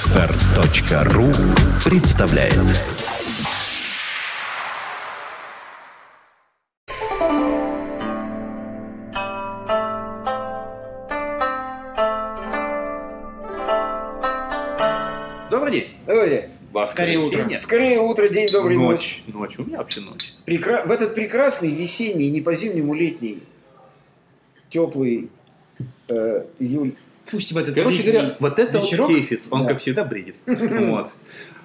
Отстар.ру представляет Добрый день. Добрый день. Воскресенье. утро. Скорее утро, день, добрый ночь. Ночь. У меня вообще ночь. Прекра- В этот прекрасный весенний, не по-зимнему летний, теплый э, июль. Пусть в этот Короче летний говоря, вот это вечерок- вот кефиц. Он, Да. как всегда, бредит. Вот.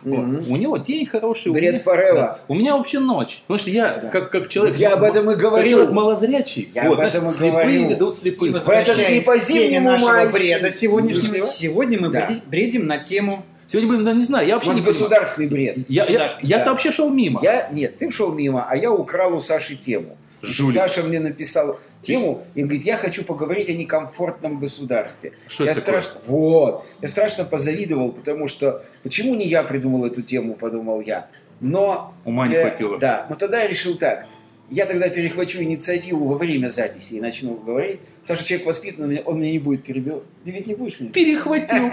Вот. Мгм. У него день хороший. у Бред меня- forever. Да. У меня вообще ночь. Потому что я, Да. как, как человек... Вот я об этом и как говорил. человек малозрячий. Я об этом и слепые говорил. ведут слепых. И в этот возвращаясь не к теме по-зимнему нашего майский. бреда сегодняшнего, Нынешнего? сегодня мы Да. бреди- бредим на тему Сегодня будем, да, не знаю, я вообще Может, не понимаю. государственный бред. Я, я, Государственный, я-то да. вообще шел мимо. Я, нет, ты шел мимо, а я украл у Саши тему. Жулик. Саша мне написал тему и говорит, я хочу поговорить о некомфортном государстве. Что я это такое? страшно, вот, я страшно позавидовал, потому что почему не я придумал эту тему, подумал я. Но Ума не Э, хватило. Да, но тогда я решил так. Я тогда перехвачу инициативу во время записи и начну говорить. Саша человек воспитанный, он меня не будет перебивать. Ты ведь не будешь меня? Перехватил.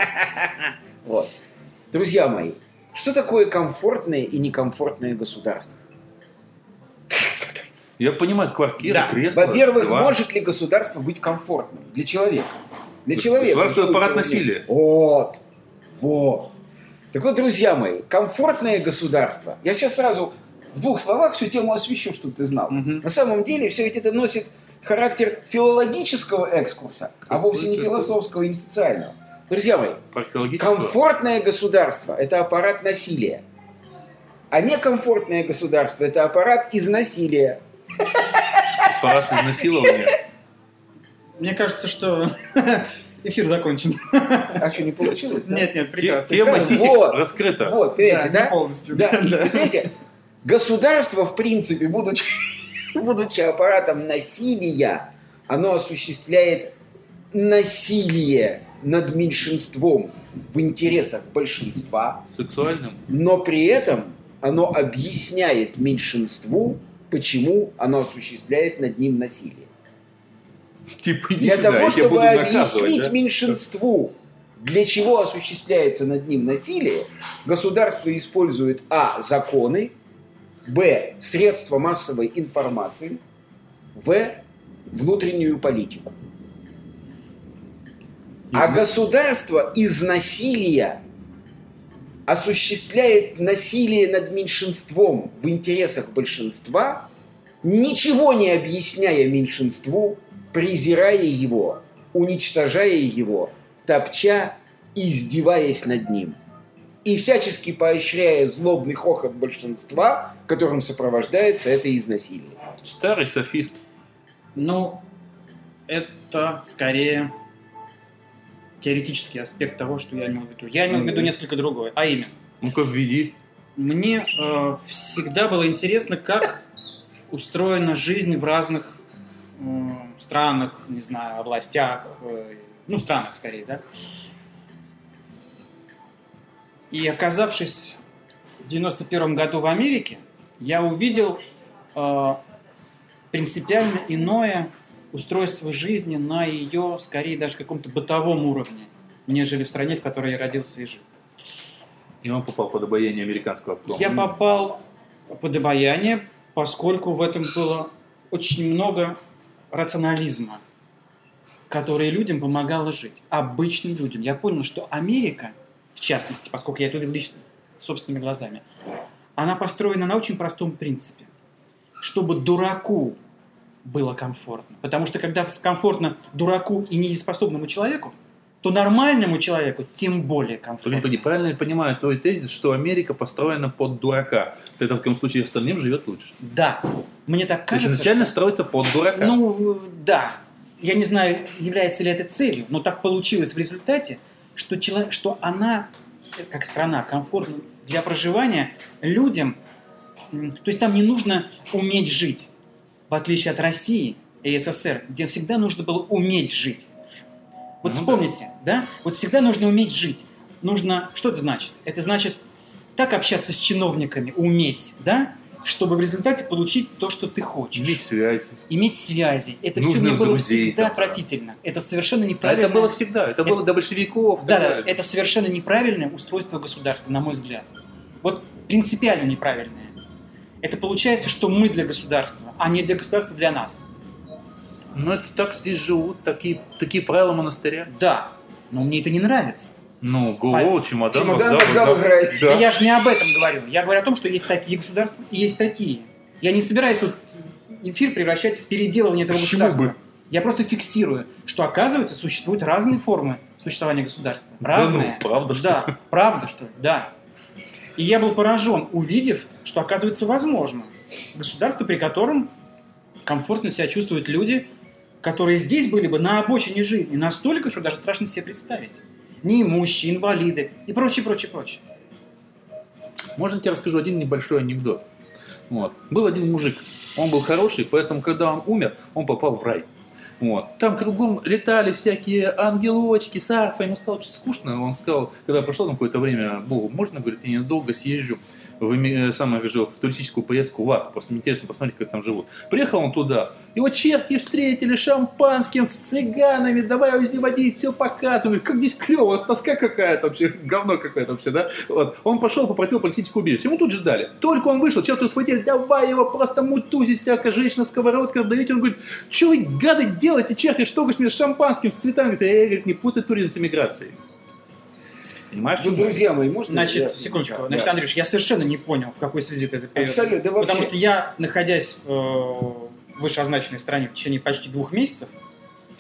Вот. Друзья мои, что такое комфортное и некомфортное государство? Я понимаю, квартира, Да. кресло. Во-первых, диван. может ли государство быть комфортным для человека? Для Гос- человека. государство для аппарат человека. насилия. Вот. Вот. Так вот, друзья мои, комфортное государство. Я сейчас сразу в двух словах всю тему освещу, чтобы ты знал. Мгм. На самом деле все ведь это носит характер филологического экскурса, а вовсе не Какой-то- философского и не социального. Друзья мои, Археологическое. комфортное государство – это аппарат насилия. А некомфортное государство – это аппарат из насилия. Аппарат изнасилования. Мне кажется, что эфир закончен. А что, не получилось? да? Нет, нет, Те- прекрасно. Тема Прекрасно. сисек Вот. раскрыта. Вот, видите, Да, не да? полностью. Да, и, Да. знаете, государство, в принципе, будучи, будучи аппаратом насилия, оно осуществляет насилие над меньшинством в интересах большинства, Сексуальным. но при этом оно объясняет меньшинству, почему оно осуществляет над ним насилие. Типа, иди Для сюда, того, я тебя чтобы буду наказывать. объяснить да? меньшинству, для чего осуществляется над ним насилие, государство использует а. законы, б. средства массовой информации, в. внутреннюю политику. А государство из насилия осуществляет насилие над меньшинством в интересах большинства, ничего не объясняя меньшинству, презирая его, уничтожая его, топча, издеваясь над ним. И всячески поощряя злобный хохот большинства, которым сопровождается это изнасилие. Старый софист. Ну, это скорее теоретический аспект того, что я имел в виду. Я имел в виду Мгм. несколько другое, а именно. Ну-ка, введи. Мне э, всегда было интересно, как устроена жизнь в разных э, странах, не знаю, областях, э, ну, странах скорее, да. И оказавшись в 91 году в Америке, я увидел э, принципиально иное устройство жизни на ее, скорее, даже каком-то бытовом уровне, нежели в стране, в которой я родился и жил. И он попал под обаяние американского аккорда. Я попал под обаяние, поскольку в этом было очень много рационализма, который людям помогало жить, обычным людям. Я понял, что Америка, в частности, поскольку я это увидел лично, собственными глазами, она построена на очень простом принципе. Чтобы дураку было комфортно. Потому что когда комфортно дураку и нееспособному человеку, то нормальному человеку тем более Блин, комфортно. поди- правильно я понимаю твой тезис, что Америка построена под дурака. Тогда в таком случае остальным живет лучше. Да. Мне так То есть кажется, изначально строится под дурака. Ну, да. Я не знаю, является ли это целью, но так получилось в результате, что, чело- что она, э, как страна, комфортна для проживания людям. М, То есть там не нужно уметь жить, в отличие от России и СССР, где всегда нужно было уметь жить. Вот Ну да. вспомните, да. Вот всегда нужно уметь жить. Нужно... Что это значит? Это значит так общаться с чиновниками, уметь, да? чтобы в результате получить то, что ты хочешь. Иметь связь. А Иметь связи. Это все Нужных мне было друзей всегда там, да. отвратительно. Это совершенно А неправильно. это было всегда. Это, было до большевиков. и Да, так да, далее. это совершенно неправильное устройство государства, на мой взгляд. Вот принципиально неправильное. Это получается, что мы для государства, а не для государства для нас. Ну, это так здесь живут, такие, такие правила монастыря. Да, но мне это не нравится. Ну, гоу, чемодан, Чемодан, вокзал, вокзал, Израиль. Да. Да я же не об этом говорю. Я говорю о том, что есть такие государства и есть такие. Я не собираюсь тут эфир превращать в переделывание этого Почему государства. бы? Я просто фиксирую, что оказывается существуют разные формы существования государства. Да Разные. ну, правда, что Да, правда, что ли, да. И я был поражен, увидев, что оказывается возможно. Государство, при котором комфортно себя чувствуют люди, которые здесь были бы на обочине жизни настолько, что даже страшно себе представить. Неимущие, инвалиды и прочее, прочее, прочее. Можно я тебе расскажу один небольшой анекдот? Вот. Был один мужик, он был хороший, поэтому, когда он умер, он попал в рай. Вот. Там кругом летали всякие ангелочки, сарфы, ему стало очень скучно. Он сказал, когда прошло там какое-то время, Богу, можно, говорит, я ненадолго съезжу в эми- э, самое же, в туристическую поездку в Ад. Просто мне интересно посмотреть, как там живут. Приехал он туда, его черти встретили шампанским, с цыганами, давай водить, все показывали. Как здесь клево, тоска какая-то вообще, говно какое-то вообще, да? Вот. Он пошел, попротил политическую убийцу. Ему тут же дали. Только он вышел, черти его схватили, давай его просто мутузить, всякая женщина, сковородка, давите. Он говорит, что вы, гады, делаете, черти, что вы с меня с шампанским, с цветами? Говорит, «Эй, говорит, не путай туризм с эмиграцией. Понимаешь? Ну, друзья мои, можно... я- Значит, секундочку. Да. Значит, а, Андрюш, я совершенно не понял, в какой связи ты это перевел. Абсолютно, да вообще. Потому что я, находясь э, в вышеозначенной стране в течение почти двух месяцев,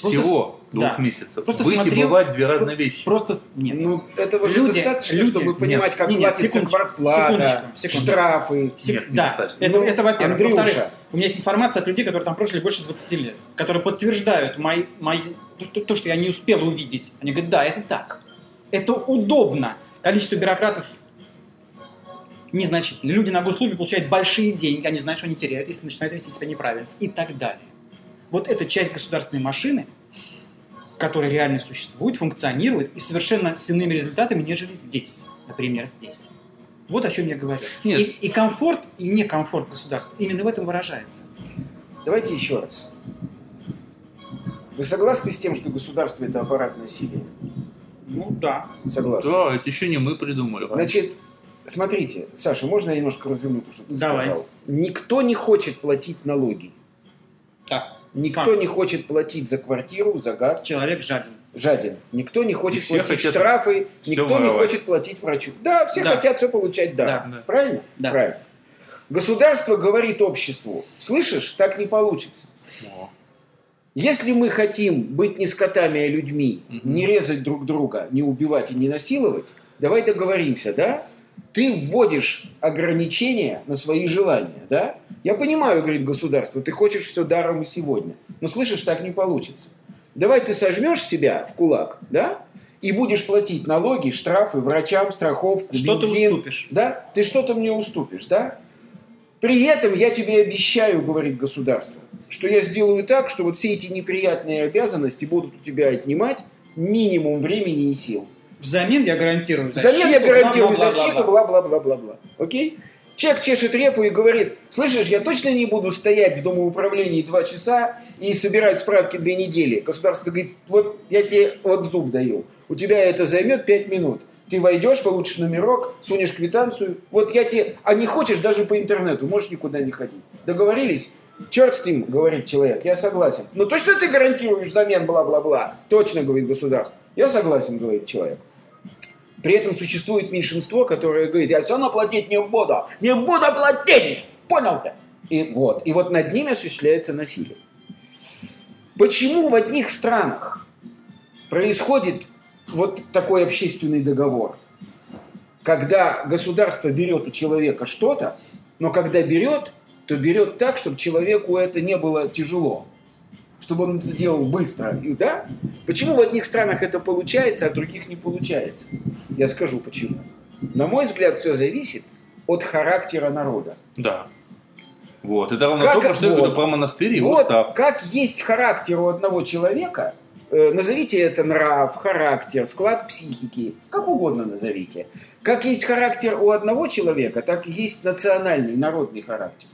просто Всего двух да. месяцев. Просто Выйти смотрел- бывают две разные вещи. Просто нет. Ну, этого же Люди- достаточно, люди- чтобы понимать, как Не-не, платится секундочку, квартплата, секундочку, секундочку. штрафы. Сек- Нет, да, недостаточно. это, Ну, это во-первых. Андрюша. Во-вторых, у меня есть информация от людей, которые там прожили больше 20 лет, которые подтверждают мои, мои, то, то- то, что я не успел увидеть. Они говорят, да, это так. Это удобно. Количество бюрократов незначительно. Люди на госслужбе получают большие деньги, они знают, что они теряют, если начинают вести себя неправильно и так далее. Вот эта часть государственной машины, которая реально существует, функционирует и совершенно с иными результатами, нежели здесь, например, здесь. Вот о чем я говорю. Нет. И, и комфорт, и некомфорт государства именно в этом выражается. Давайте еще раз. Вы согласны с тем, что государство – это аппарат насилия? Ну да. Согласны. Да, это еще не мы придумали. Значит, смотрите, Саша, можно я немножко разверну то, что ты Давай. сказал? Никто не хочет платить налоги. Так, Никто Факт. не хочет платить за квартиру, за газ. человек жаден. Жаден. Никто не хочет Все платить хотят штрафы. всё Никто не воровать. хочет платить врачу. Да, все Да. хотят все получать, да. Да. Правильно? Да. Правильно. Государство говорит обществу, слышишь, так не получится. О. Если мы хотим быть не скотами, а людьми, Мгм. не резать друг друга, не убивать и не насиловать, давай договоримся, да? Ты вводишь ограничения на свои желания, да? Я понимаю, говорит государство, ты хочешь все даром и сегодня. Но слышишь, так не получится. Давай ты сожмешь себя в кулак, да? И будешь платить налоги, штрафы, врачам, страховку, Что ты бензин, уступишь? да? Ты что-то мне уступишь, да? При этом я тебе обещаю, говорит государство, что я сделаю так, что вот все эти неприятные обязанности будут у тебя отнимать минимум времени и сил. Взамен я гарантирую. Взамен я защиту, гарантирую бла-бла-бла-бла-бла. защиту, бла-бла-бла-бла-бла. Окей? Чек чешет репу и говорит, слышишь, я точно не буду стоять в домоуправлении два часа и собирать справки две недели. Государство говорит, вот я тебе вот зуб даю, у тебя это займет пять минут. Ты войдешь, получишь номерок, сунешь квитанцию. Вот я тебе... А не хочешь даже по интернету, можешь никуда не ходить. Договорились? Черт с ним, говорит человек, я согласен. Но точно ты гарантируешь взамен бла-бла-бла? Точно, говорит государство. Я согласен, говорит человек. При этом существует меньшинство, которое говорит, я все равно платить не буду, не буду платить, понял-то? И вот, и вот над ними осуществляется насилие. Почему в одних странах происходит вот такой общественный договор, когда государство берет у человека что-то, но когда берет, то берет так, чтобы человеку это не было тяжело, чтобы он это делал быстро, и да? Почему в одних странах это получается, а в других не получается? Я скажу почему. На мой взгляд, все зависит от характера народа. Да. Вот, это равно Как- только, что я вот. говорю про монастырь и его вот устав. как есть характер у одного человека, э, назовите это нрав, характер, склад психики, как угодно назовите. Как есть характер у одного человека, так и есть национальный, народный характер.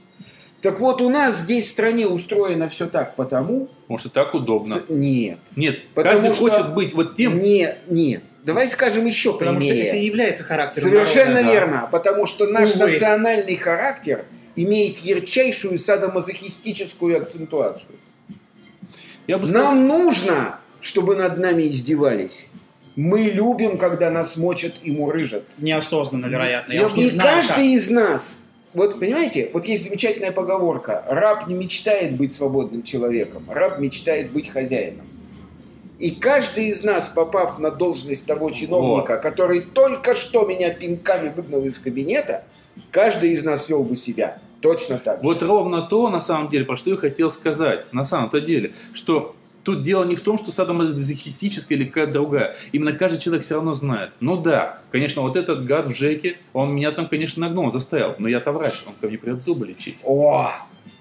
Так вот, у нас здесь в стране устроено все так потому... Потому что так удобно. с- Нет. Нет, Потому каждый что- хочет быть вот тем. Нет, нет. Давай скажем еще Потому что прямее. это и является характером Совершенно народа. верно, потому что наш Увы. национальный характер имеет ярчайшую садомазохистическую акцентуацию. Я бы сказал, Нам нужно, чтобы над нами издевались. Мы любим, когда нас мочат и мурыжат. Неосознанно, вероятно. Я Я уж не И знаю, каждый как. из нас, вот понимаете, вот есть замечательная поговорка, раб не мечтает быть свободным человеком, раб мечтает быть хозяином. И каждый из нас, попав на должность того чиновника, который только что меня пинками выгнал из кабинета, каждый из нас вел бы себя точно так. же. вот ровно то, на самом деле, про что я хотел сказать, на самом-то деле, что тут дело не в том, что садомазохистическая или какая-то другая. Именно каждый человек все равно знает. Ну да, конечно, вот этот гад в Жеке, он меня там, конечно, нагнул, он заставил. Но я-то врач, он ко мне придет зубы лечить. О,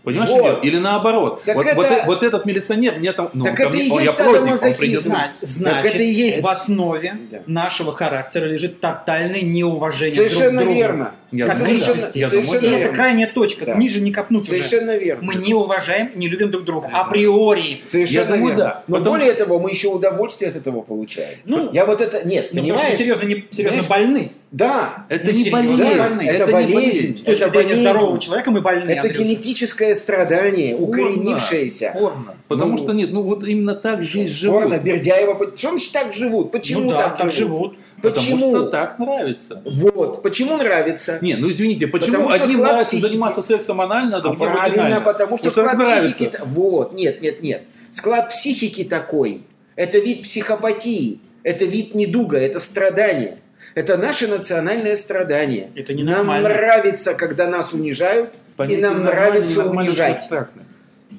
Понимаешь, Вот. что дело? или наоборот. Так вот, это- вот э- вот этот милиционер мне там... Ну, Так он ко это мне- и он- есть я плотник, он садомазохизм. придет- Зна- Зна- Значит, это и есть. в основе Да. нашего характера лежит тотальное неуважение совершенно друг к другу. верно. Я Как думаю, личность, да. я Я думаю, совершенно да. И это верно. крайняя точка. Да. Ниже не копнуться. уже. Совершенно верно. Мы не уважаем, не любим друг друга. Априори. Ну, Совершенно Я думаю, верно. да. Но Потому более того, мы еще удовольствие от этого получаем. Ну, я вот это... Нет, Ну, потому что мы понимаешь? серьезно, не, серьезно Понимаешь? больны. Да, Это Мы не серьезно болезнь. больны. Это, Ну, Это не болезнь. болезнь. С точки Это зрения болезнь. здорового человека мы больны, Это Андрюша. генетическое страдание, Порно. укоренившееся. Порно. Потому Ну, что нет, ну вот именно так здесь живут. Порно, Бердяева. Почему же так живут? Почему Ну да, так, так живут? живут. Потому Почему? что так нравится. Вот. Почему нравится? Не, ну извините, почему Потому что одним склад нравится психики. заниматься сексом анально, а А другим правильно, вагинально? потому Ну, что Вот так склад нравится. психики... та- Вот. Нет, нет, нет. Склад психики такой. Это вид психопатии. Это вид недуга. Это страдание. Это наше национальное страдание. Это не нам нормально. нравится, когда нас унижают, Понятие и нам «нормально», нравится «ненормально» очень унижать. абстрактно.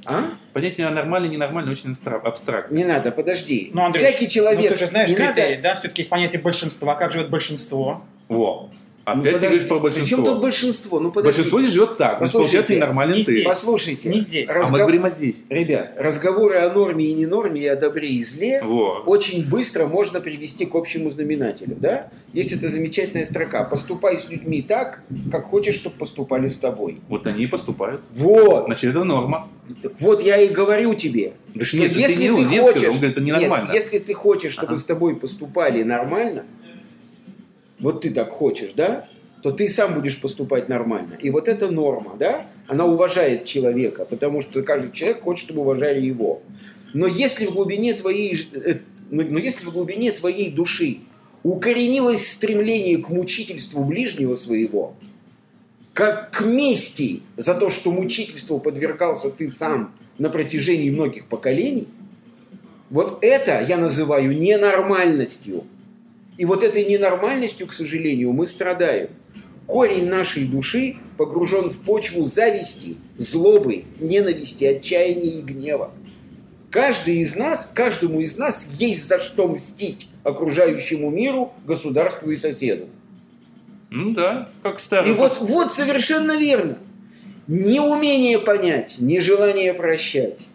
А? Понятие нормально, ненормально очень абстра- абстрактно. Не надо, подожди. Ну, Андрюш, Всякий человек. ну, ты же знаешь не критерии, надо- да? Все-таки есть понятие большинства. Как живет большинство? Во. Ну, Опять ты подожди. говоришь про большинство. Причем тут большинство? Ну, подожди. большинство не живет так. Значит, Послушайте, получается, ненормально не ты. здесь. Послушайте. Не здесь. А разгов- мы говорим о здесь. Ребят, разговоры о норме и не норме, и о добре и зле Во. очень быстро можно привести к общему знаменателю, да? Есть эта замечательная строка. Поступай с людьми так, как хочешь, чтобы поступали с тобой. Вот они и поступают. Вот. Значит, это норма. Так вот я и говорю тебе, Говоришь, что нет, это если не ты он, Лев сказал. хочешь, он говорит, это Нет, ненормально. если ты хочешь, чтобы Ага. с тобой поступали нормально, вот ты так хочешь, да, то ты сам будешь поступать нормально. И вот эта норма, да, она уважает человека, потому что каждый человек хочет, чтобы уважали его. Но если в глубине твоей, ж- э, но но если в глубине твоей души укоренилось стремление к мучительству ближнего своего, как к мести за то, что мучительству подвергался ты сам на протяжении многих поколений, вот это я называю ненормальностью. И вот этой ненормальностью, к сожалению, мы страдаем. Корень нашей души погружен в почву зависти, злобы, ненависти, отчаяния и гнева. Каждый из нас, каждому из нас есть за что мстить окружающему миру, государству и соседу. Ну да, как старый. И вот, вот совершенно верно. Неумение понять, нежелание прощать,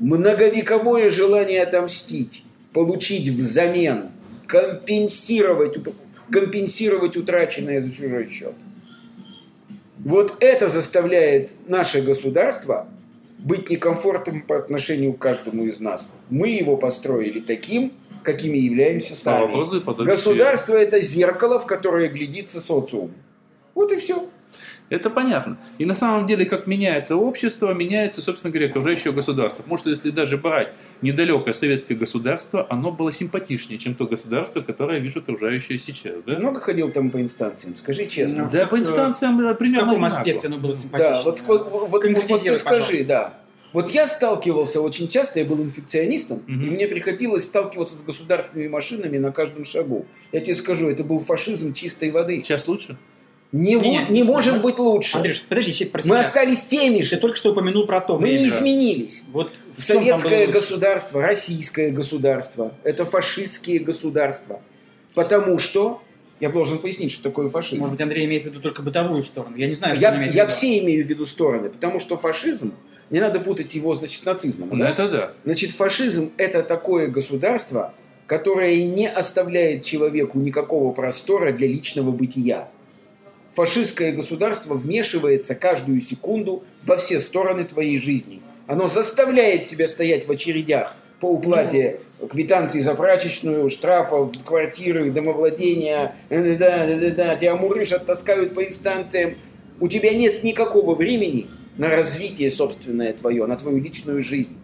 многовековое желание отомстить, получить взамен, компенсировать, уп- компенсировать утраченное за чужой счет. Вот это заставляет наше государство быть некомфортным по отношению к каждому из нас. Мы его построили таким, какими являемся Слава сами. Богу, и подобие свету. Государство это зеркало, в которое глядится социум. Вот и все. Это понятно. И на самом деле, как меняется общество, меняется, собственно говоря, окружающее государство. Потому что если даже брать недалекое советское государство, оно было симпатичнее, чем то государство, которое я вижу окружающее сейчас. Ты Да, много ходил там по инстанциям, скажи честно. Ну, да как, по э, инстанциям э, В примерно каком одинаково. аспекте оно было симпатично? да, вот, вот, вот- вот ты Конкретизируй, скажи, да. Вот я сталкивался очень часто, я был инфекционистом, Мгм. и мне приходилось сталкиваться с государственными машинами на каждом шагу. Я тебе скажу, это был фашизм чистой воды. Сейчас лучше? Не, лу- Не, не, не может мы- быть лучше. Андрюш, подожди, сядь про Мы сейчас. остались теми Ты же. только что упомянул про то Мы не время. изменились. Вот в чем там Советское было- государство, российское государство, это фашистские государства. Потому что, я должен пояснить, что такое фашизм. Может быть, Андрей имеет в виду только бытовую сторону. Я не знаю, что он я имеет в я виду. все имею в виду стороны, потому что фашизм Не надо путать его, значит, с нацизмом. Ну, да? это да. Значит, фашизм – это такое государство, которое не оставляет человеку никакого простора для личного бытия. Фашистское государство вмешивается каждую секунду во все стороны твоей жизни. Оно заставляет тебя стоять в очередях по уплате квитанции за прачечную, штрафов, квартиры, домовладения. Да-да-да, тебя мурыш оттаскают по инстанциям. У тебя нет никакого времени на развитие собственное твое, на твою личную жизнь.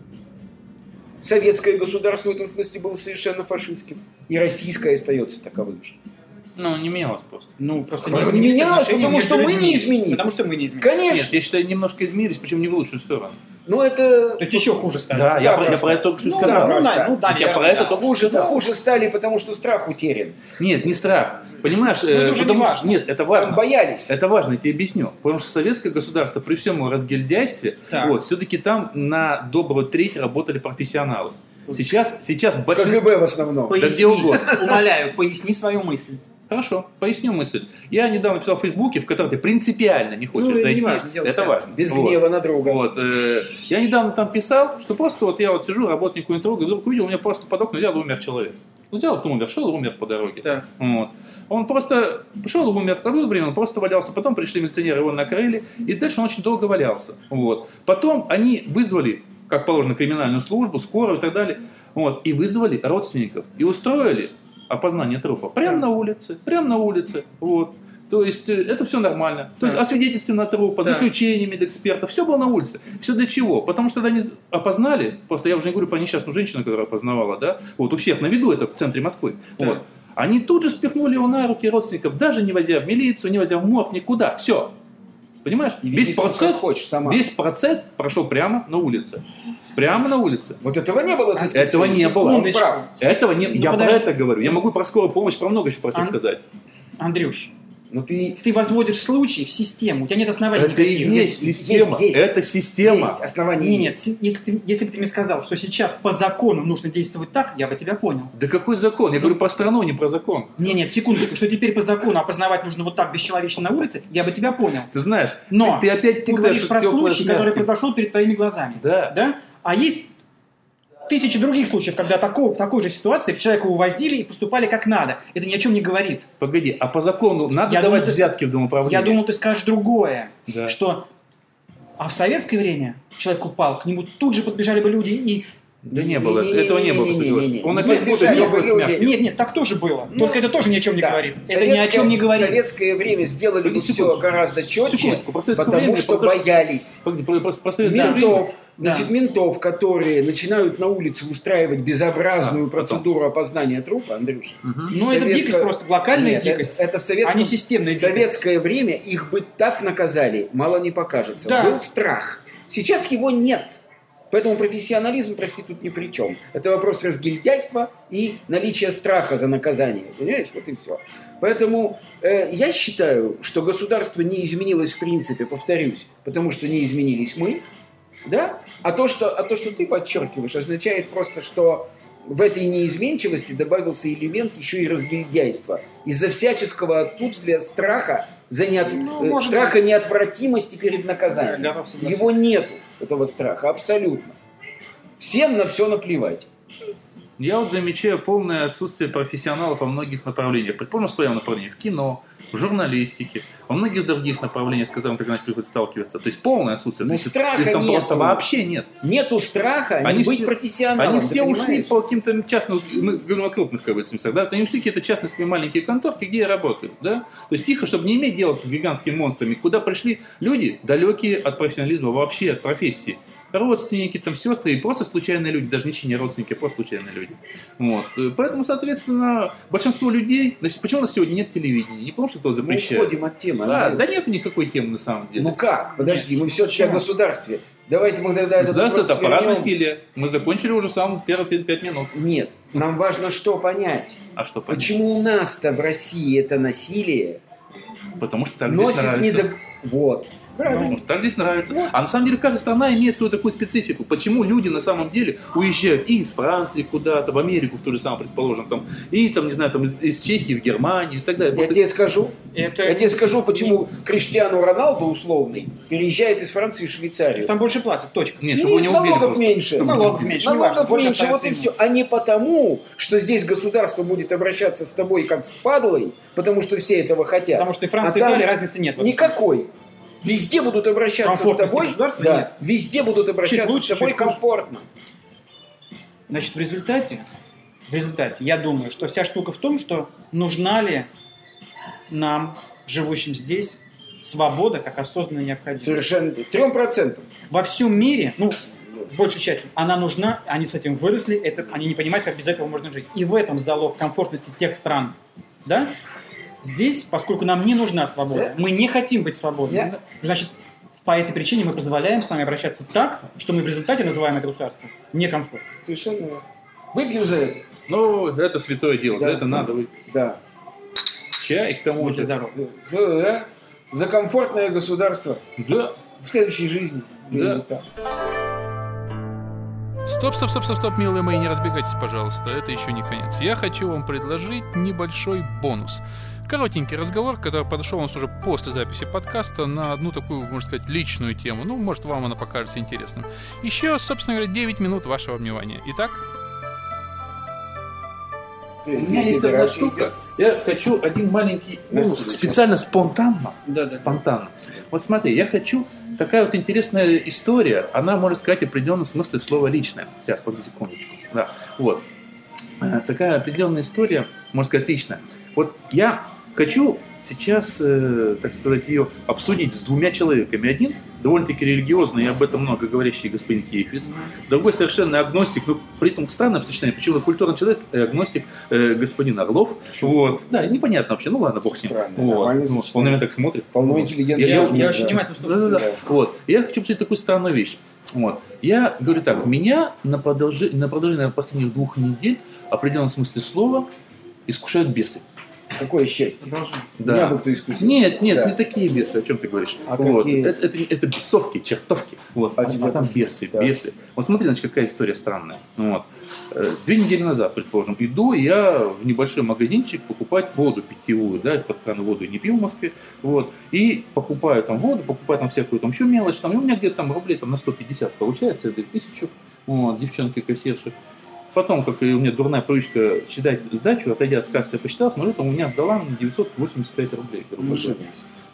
Советское государство в этом смысле было совершенно фашистским. И российское остается таковым же. Ну, не менялось просто. Ну, просто Не изменились менялось, отношения потому что между мы не людьми. изменили. Потому что мы не изменили. Конечно. Нет, я считаю, немножко изменились, причем не в лучшую сторону. Но это... То есть еще хуже стали. Да, я про, я запросто. про это только что и ну, сказал. ну, на- ну, Я наверное, про это да. только Хуже, что. хуже стали, потому что страх утерян. Нет, не страх. Понимаешь, э, Ну, это уже не потому что- важно. Нет, это Там важно. боялись. Это важно, я тебе объясню. Потому что советское государство при всем его разгильдяйстве, Так. вот, все-таки там на добрую треть работали профессионалы. Сейчас, сейчас большинство... КГБ в основном. Да где угодно. Умоляю, поясни свою мысль. Хорошо, поясню мысль. Я недавно писал в Фейсбуке, в который ты принципиально не хочешь Ну, это зайти. не важно, дело это всякое. важно. Без Вот. гнева на друга. Вот, э, я недавно там писал, что просто вот я вот сижу, работу никуда не трогаю, вдруг увидел, у меня просто под окна взял и умер человек. Ну, Взял, вот умер, шел и умер по дороге. Да. Вот. Он просто пришел, умер, какое-то время он просто валялся, потом пришли милиционеры, его накрыли, и дальше он очень долго валялся. Вот. Потом они вызвали, как положено, криминальную службу, скорую и так далее, вот, и вызвали родственников, и устроили опознание трупа прямо на улице, прямо на улице, вот. То есть э, это все нормально. То есть Да. освидетельствовано трупа, Да. заключение медэксперта, все было на улице. Все для чего? Потому что когда они опознали, просто я уже не говорю про несчастную женщину, которая опознавала, да, вот у всех на виду это в центре Москвы. Да. Вот. Они тут же спихнули его на руки родственников, даже не возя в милицию, не возя в морг, никуда. Все. Понимаешь? И весь веди там, как процесс, хочешь, сама. весь процесс прошел прямо на улице. Прямо на улице. Вот этого не было. кстати, А, Этого не было. секундочку. Секундочку. Этого не... Ну, я подожди. про это говорю. Я могу про скорую помощь, про много еще про это А? сказать. Андрюш, Но ты... ты возводишь случай в систему, у тебя нет оснований Это и никаких. есть Есть, система. есть. Это система. Есть основания. Не, нет, си- если, ты- если бы ты мне сказал, что сейчас по закону нужно действовать так, я бы тебя понял. Да какой закон? Я говорю про страну, а не про закон. Не, нет, секундочку, что теперь по закону опознавать нужно вот так бесчеловечно на улице, я бы тебя понял. Ты знаешь, Но ты, ты опять Ты путаешь говоришь про тёплое случай, с который мягким. произошел перед твоими глазами. Да. Да? А есть тысячи других случаев, когда такого, в такой же ситуации человека увозили и поступали как надо. Это ни о чем не говорит. Погоди, а по закону надо Я давать думал, ты- взятки в домоуправление? Я думал, ты скажешь другое, Да. что а в советское время человек упал, к нему тут же подбежали бы люди и... Да не было, Не-не-не-не-не-не-не. этого не было. кстати, говоря. Он Не опять путает обижай, тёплое с люди. мягким. Нет, нет, так тоже было. Ну, Только это тоже ни о чем не Да. говорит. Это ни Советское- о чем не говорит. Советское время сделали бы Секундочку. все гораздо четче, Секундочку, про советское потому время, что про то, что- боялись. Погоди, про, про, про советское время. Ментов, Да. значит, ментов, которые начинают на улице устраивать безобразную А, потом. процедуру опознания трупа, Андрюш. Мгм. Ну, это Советское- дикость просто, локальная Нет, дикость, Это, это в а советском... не системная в дикость. советское время их бы так наказали, мало не покажется. Да. Был страх. Сейчас его нет. Поэтому профессионализм, прости, тут ни при чем. Это вопрос разгильдяйства и наличия страха за наказание. Понимаешь, вот и все. Поэтому э, я считаю, что государство не изменилось в принципе, повторюсь, потому что не изменились мы, да? А то, что, а то, что ты подчеркиваешь, означает просто, что в этой неизменчивости добавился элемент еще и разгильдяйства. Из-за всяческого отсутствия страха за неот- Ну, э, может страха неотвратимости перед Да, наказанием. готов согласиться. Его нету, этого страха, абсолютно. Всем на все наплевать. Я вот замечаю полное отсутствие профессионалов во многих направлениях. Предположим, в своем направлении. В кино, в журналистике, во многих других направлениях, с которыми так иначе приходится сталкиваться. То есть полное отсутствие. Ну, То есть страха их там нету. просто вообще нет. Нету страха не Они быть все- профессионалом. Они ты все ушли понимаешь? по каким-то частным, вот мы говорим о крупных как бы, цимсах, да, вот они ушли какие-то частные свои маленькие конторки, где и работают, да. То есть тихо, чтобы не иметь дела с гигантскими монстрами, куда пришли люди, далекие от профессионализма, вообще от профессии. Родственники, там, сестры и просто случайные люди, даже ничьи не родственники, а просто случайные люди. Вот. Э, Поэтому, соответственно, большинство людей... Значит, почему у нас сегодня нет телевидения? Не потому, что кто Мы запрещает. Ну, уходим от темы. Да, Андрей. да нет никакой темы на самом деле. ну как? Подожди, мы все-таки о Почему? государстве. Давайте мы тогда этот Государство вопрос это аппарат свернем. насилия. Мы закончили уже сам первые пять минут. Нет, нам важно что понять. А что понять? Почему у нас-то в России это насилие Потому что так здесь носит нравится. недо... Вот. Правильно. Ну, так здесь нравится. А на самом деле каждая страна имеет свою такую специфику. Почему люди на самом деле уезжают и из Франции куда-то, в Америку, в ту же самую, предположим, там, и там, не знаю, там из, из Чехии, в Германию и так далее. Я Просто- тебе скажу, Это... я тебе скажу, почему Криштиану Роналду условный переезжает из Франции в Швейцарию. Там больше платят, точка. Нет, чтобы его не убили налогов просто. меньше. Чтобы Налогов не убили. меньше. неважно, Налогов больше меньше, вот остается и все. ему. А не потому, что здесь государство будет обращаться с тобой как с падлой, потому что все этого хотят. Потому что и Франция, А и там Италия разницы нет. в этом Никакой. Везде будут обращаться с Комфортности тобой. государства да, нет. Везде будут обращаться лучше, с тобой чуть хуже. комфортно. смысле. Значит, в результате, в результате, я думаю, что вся штука в том, что нужна ли нам, живущим здесь, свобода как осознанная необходимость. Совершенно. Трем процентам. Во всем мире, ну, в большей части, она нужна, они с этим выросли, это, они не понимают, как без этого можно жить. И в этом залог комфортности тех стран, да? Здесь, поскольку нам не нужна свобода, мы не хотим быть свободными, Да. значит, по этой причине мы позволяем с нами обращаться так, что мы в результате называем это государство некомфортным. Совершенно. верно. Выпью за это. Ну, это святое дело, Да. за это надо выпить. Да. Чай к тому Будьте же. здоровы. Всё, да? За комфортное государство Да. в следующей жизни. Да. Или так. Стоп, стоп, стоп, стоп, стоп, милые мои, не разбегайтесь, пожалуйста, это еще не конец. Я хочу вам предложить небольшой бонус. Коротенький разговор, который подошел у нас уже после записи подкаста на одну такую, можно сказать, личную тему. Ну, может, вам она покажется интересным. Еще, собственно говоря, 9 минут вашего внимания. Итак, У меня есть одна штука. Я хочу один маленький Да, ну, слушай. специально спонтанно. Да, да. Спонтанно. Вот смотри, я хочу... Такая вот интересная история, она, можно сказать, в определенном смысле слова личная. Сейчас, погоди секундочку. Да, вот. Э, Такая определенная история, можно сказать, личная. Вот я хочу сейчас, э, так сказать, ее обсудить с двумя человеками. Один довольно-таки религиозный, и об этом много говорящий господин Кейфиц. Другой совершенно агностик, но при этом странное сочетание, почему культурный человек и агностик э, господин Орлов. Вот. Да, непонятно вообще, ну ладно, бог с ним. Странно, Вот. нормальное Ну, Он сочетание. наверное так смотрит. Полно Вот. интеллигентных. Я- Я, я я очень внимательно слушаю. Да-да-да. Да. Вот. Я хочу обсудить такую странную вещь. Вот. Я говорю так, меня на, продолжи- на продолжение наверное, последних двух недель, в определенном смысле слова, искушают бесы. Какое счастье. Продолжим. Да. Меня бы кто искусил. Нет, нет, Да. не такие бесы, о чем ты говоришь. А Вот. какие? Это, это, это бесовки, чертовки. Вот. А А, тебя а там там- бесы, да. бесы. Вот смотри, значит, какая история странная. Вот. Э, Две недели назад, предположим, иду я в небольшой магазинчик покупать воду питьевую, да, из-под крана воду я не пил в Москве, вот, и покупаю там воду, покупаю там всякую там еще мелочь, там, и у меня где-то там рублей там на 150 получается, я даю тысячу, вот, девчонки кассирши, Потом, как и у меня дурная привычка считать сдачу, отойдя от кассы, я посчитал, смотрю, там у меня сдала мне 985 рублей. грубо говоря. Слушай,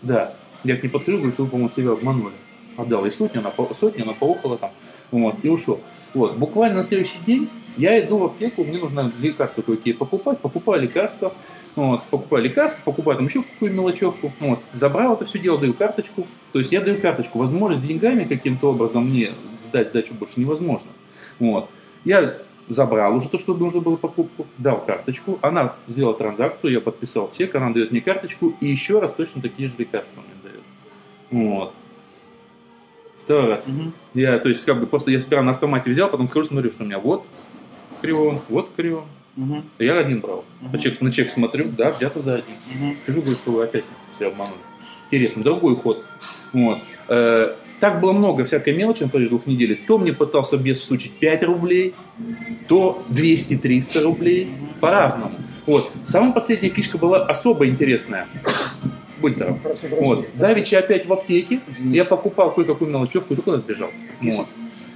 Да. Я к ней подхожу, говорю, что вы, по-моему, себя обманули. Отдал ей сотню, она, по- сотню, она поохала там, вот, и ушел. Вот, буквально на следующий день я иду в аптеку, мне нужно лекарства кое-какие покупать, покупаю лекарства, вот, покупаю лекарства, покупаю там еще какую-то мелочевку, вот, забрал это все дело, даю карточку, то есть я даю карточку, возможность деньгами каким-то образом мне сдать сдачу больше невозможно, вот. Я забрал уже то, что нужно было покупку, дал карточку, она сделала транзакцию, я подписал чек, она дает мне карточку и еще раз точно такие же лекарства мне дает. Вот. Второй раз. Мгм. Я, то есть, как бы просто я сперва на автомате взял, потом скажу, смотрю, что у меня вот крион, вот крион. Мгм. Я один брал. Мгм. На, чек, на чек смотрю, да, взято за один. Мгм. Сижу, говорю, что вы опять себя обманули. Интересно, другой ход. Вот. Э, так было много всякой мелочи на протяжении двух недель. То мне пытался без всучить 5 рублей, то 200-300 рублей. По-разному. Вот. Самая последняя фишка была особо интересная. Будь здоров. прошу Вот. прощения. Давича опять в аптеке. Извините. Я покупал кое-какую мелочевку, и только она сбежал. Вот.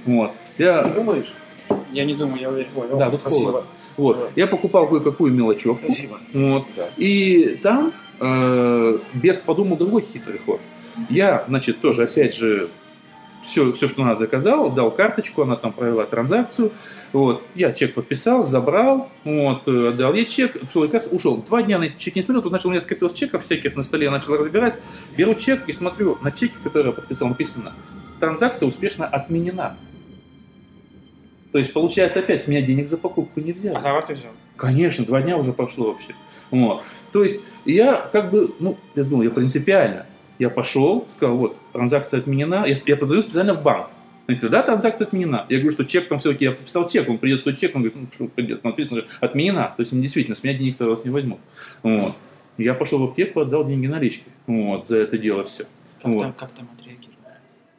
Вот. Ты Я, думаешь? Я не думаю, я уверен. Понял. Да, тут Спасибо. вот. Я покупал кое-какую мелочевку. Спасибо. Вот. Да. И там э, бес подумал другой хитрый ход. Я, значит, тоже, опять же, все, все, что она заказала, дал карточку, она там провела транзакцию. Вот, я чек подписал, забрал, вот, э, отдал ей чек, пришел касс, ушел. Два дня на эти чеки не смотрел, тут начал у меня скопилось чеков всяких на столе, я начал разбирать. Беру чек и смотрю, на чеке, который я подписал, написано, транзакция успешно отменена. То есть, получается, опять с меня денег за покупку не взяли. А товар ты взял. Конечно, два дня уже прошло вообще. Вот. То есть я как бы, ну, я думал, я принципиально. Я пошел, сказал, вот, транзакция отменена. Я, я позвонил специально в банк. Они говорят, да, транзакция отменена. Я говорю, что чек там все-таки, я подписал чек, он придет тот чек, он говорит, ну, что придет, написано же, отменена. То есть, они действительно, с меня денег второй раз не возьмут. Вот. Я пошел в аптеку, отдал деньги наличкой. Вот, за это дело все. Как, Вот. там, как там отреагировал?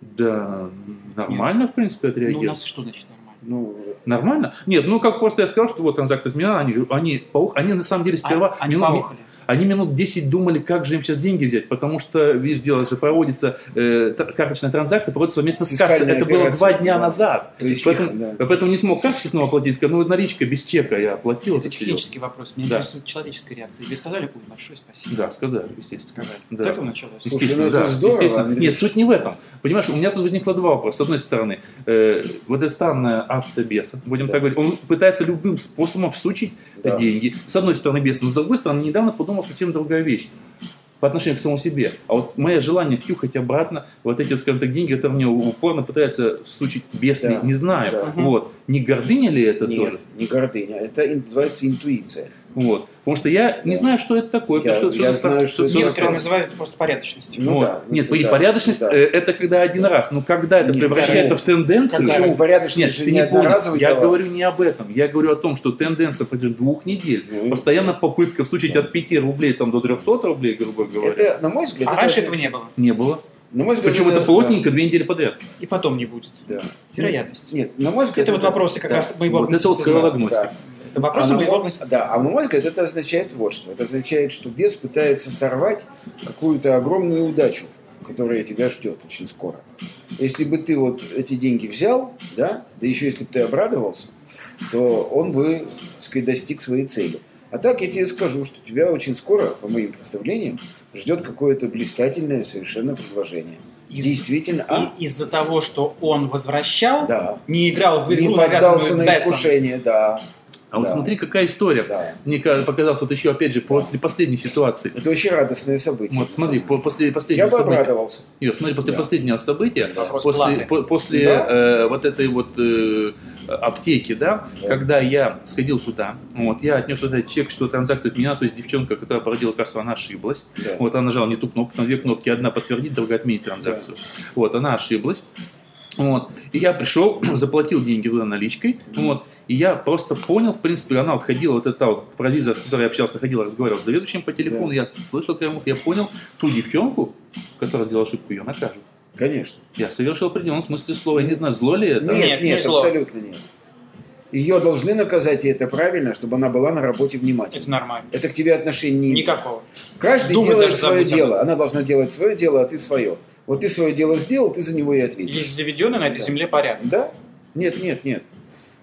Да, нормально, в Ну, принципе, у отреагировал. нас что значит нормально? Ну, Нормально? Нет, ну как просто я сказал, что вот транзакция отменена, они, они, поух- они на самом деле сперва... А, они минут- поухали. Они минут 10 думали, как же им сейчас деньги взять, потому что, видишь, дело же проводится, э, та- карточная транзакция проводится совместно с Фискальная кассой. Это было операция, два дня да. назад. то есть, Поэтому, да. поэтому не смог карточкой снова оплатить, сказал, ну наличка, без чека я оплатил. Это этот период. технический вопрос. Меня Да. интересует человеческая реакция. Вы сказали, ой, большое спасибо. Да, сказали, естественно. Сказали. Да. С этого началось. Слушай, ну это здорово, естественно. Андрей. Нет, суть не в этом. Понимаешь, у меня тут возникло два вопроса. С одной стороны, э, вот эта странная акция беса, будем Да. так говорить, он пытается любым способом всучить Да. деньги. С одной стороны, бес, но с другой стороны, недавно подумал совсем другая вещь по отношению к самому себе. А вот мое желание втюхать обратно вот эти, скажем так, деньги, которые мне упорно пытаются всучить бес, Да. не знаю. Да. Вот. Не гордыня ли это тоже? Нет, не гордыня, это ин- называется интуиция. Вот. Потому что я не Да. знаю, что это такое. Я- потому что- я что-то стра- знаю, что что-то это- Некоторые странное. называют это просто порядочностью. Ну Вот. да, Нет, это да, порядочность да. э, это когда один раз. Ну когда это Нет, превращается почему? в тенденцию? ну, Какая? Почему порядочность Нет, же не ты не понял. одноразовый Я товар? говорю не об этом. Я говорю о том, что тенденция против двух недель. Ну, Постоянно попытка всучить от 5 рублей там, до 300 рублей, грубо говоря, Это, на мой взгляд, А это- раньше этого не было. не было. На мой взгляд, Причем это да. плотненько две недели подряд. И потом не будет. Да. Вероятность. Нет, на мой взгляд, Это вот вопросы как да. раз моего Вот это вот агностицизма. сказал агностик. Да. Это вопросы А на моего мой- агностицизма. Да, а на мой взгляд, это означает вот что. Это означает, что бес пытается сорвать какую-то огромную удачу, которая тебя ждет очень скоро. Если бы ты вот эти деньги взял, да, да еще если бы ты обрадовался, то он бы, так сказать, достиг своей цели. А так я тебе скажу, что тебя очень скоро, по моим представлениям, ждет какое-то блистательное совершенно предложение. Из- Действительно, а? И из-за того, что он возвращал, Да. не играл в Не игру, поддался навязанную на Бессом. искушение, да. А вот Да. смотри, какая история. да. Мне кажется, показалось вот еще, опять же, после последней ситуации. Это очень радостное событие. Вот смотри, по- после я последнего бы события. обрадовался. Юр, смотри, после Да. последнего события Вопрос после, платы. по- после Да. э, вот этой вот э, аптеки, да, Да. когда я сходил туда, вот, я отнес вот этот чек, что транзакция отменена, то есть девчонка, которая породила кассу, она ошиблась. Да. Вот она нажала не ту кнопку, там две кнопки, одна подтвердить, другая отменить транзакцию. Вот, она ошиблась. Вот. И я пришел, заплатил деньги туда наличкой. Вот. И я просто понял, в принципе, она вот ходила, вот эта вот продизер, с которой я общался, ходила, разговаривал с заведующим по телефону, я слышал, как ему- я понял, ту девчонку, которая сделала ошибку, ее накажут. Конечно. Я совершил в определенном смысле слова. Я не знаю, зло ли это. Нет, нет, Нет, не зло. абсолютно нет. Ее должны наказать, и это правильно, чтобы она была на работе Это внимательна. нормально. Это к тебе отношение не имеет. Никакого. Каждый Думать делает даже свое забудь об дело. Она должна делать свое дело, а ты свое. Вот ты свое дело сделал, ты за него и ответишь. Есть заведенный на этой Да. земле порядок. Да? Нет, нет, нет.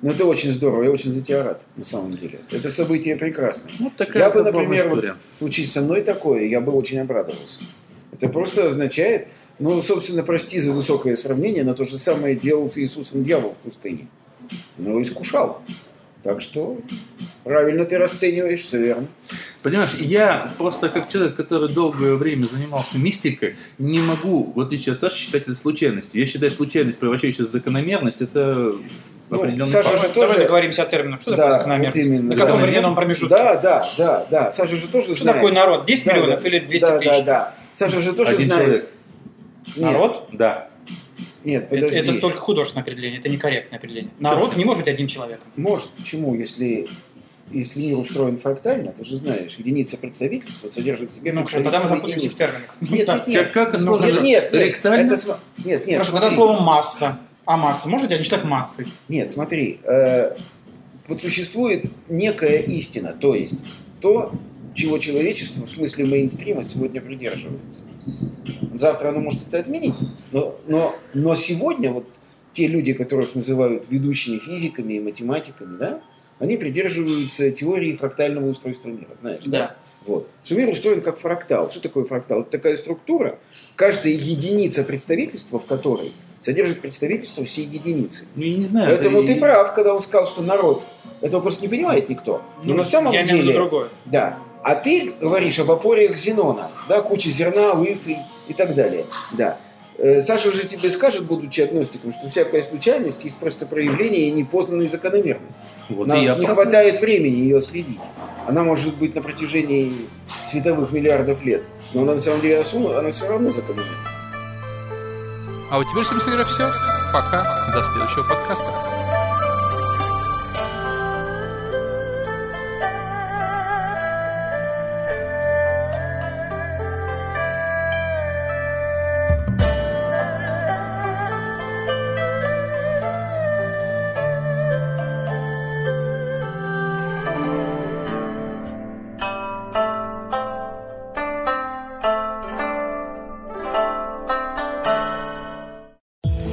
Но это очень здорово, я очень за тебя рад, на самом деле. Это событие прекрасное. Ну, Вот такая Я бы, забавная например, вот, история. случись со мной такое, я бы очень обрадовался. Это просто означает, ну, собственно, прости за высокое сравнение, но то же самое делал с Иисусом дьявол в пустыне. Он его искушал. Так что правильно ты расцениваешь, все верно. Понимаешь, я просто как человек, который долгое время занимался мистикой, не могу, в отличие от Саши, считать это случайностью. Я считаю, случайность, превращающаяся в закономерность, это Ну, определенный Саша факт. же Давай тоже- договоримся о терминах. Что Да, такое вот закономерность? именно, На да. каком временном промежутке? Да, да, да, да. Саша же тоже Что знает. такое народ? 10 Да, миллионов да. или 200 да, тысяч? Да, да. Саша же тоже Один знает. человек. Нет, Народ? Да. Нет, Это, подожди. это только художественное определение, это некорректное определение. Народ не может быть одним человеком. Может, почему, если, если мир устроен фрактально, ты же знаешь, единица представительства содержит в себе Ну, хорошо, тогда мы представительство запутаемся в единиц. терминах. Нет, Так. нет, нет. Как- как Ну, сложно- нет, нет, нет. ректально? Это см- Нет, нет. Хорошо, тогда смотри. слово масса. А масса может быть один человек массой? Нет, смотри. э, вот существует некая истина, то есть то, чего человечество в смысле мейнстрима сегодня придерживается. Завтра оно может это отменить, но, но, но сегодня вот те люди, которых называют ведущими физиками и математиками, да, они придерживаются теории фрактального устройства мира, знаешь, Вот. Что мир устроен как фрактал. Что такое фрактал? Это такая структура, каждая единица представительства в которой содержит представительство всей единицы. Ну, я не знаю. Поэтому это ты и- прав, когда он сказал, что народ. Этого просто не понимает никто. Ну, Но Ну, на самом Ну, я имею в виду деле... другое. Да. А ты говоришь об опоре Зенона. Да, куча зерна, лысый и так далее. Да. Э, Саша уже тебе скажет, будучи агностиком, что всякая случайность есть просто проявление непознанной закономерности. Вот У и Нам я не прав. хватает времени ее следить. Она может быть на протяжении световых миллиардов лет. Но она на самом деле осу- она все равно закономерна. А вот теперь, собственно говоря, все. Пока. До следующего подкаста. Thank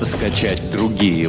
Скачать другие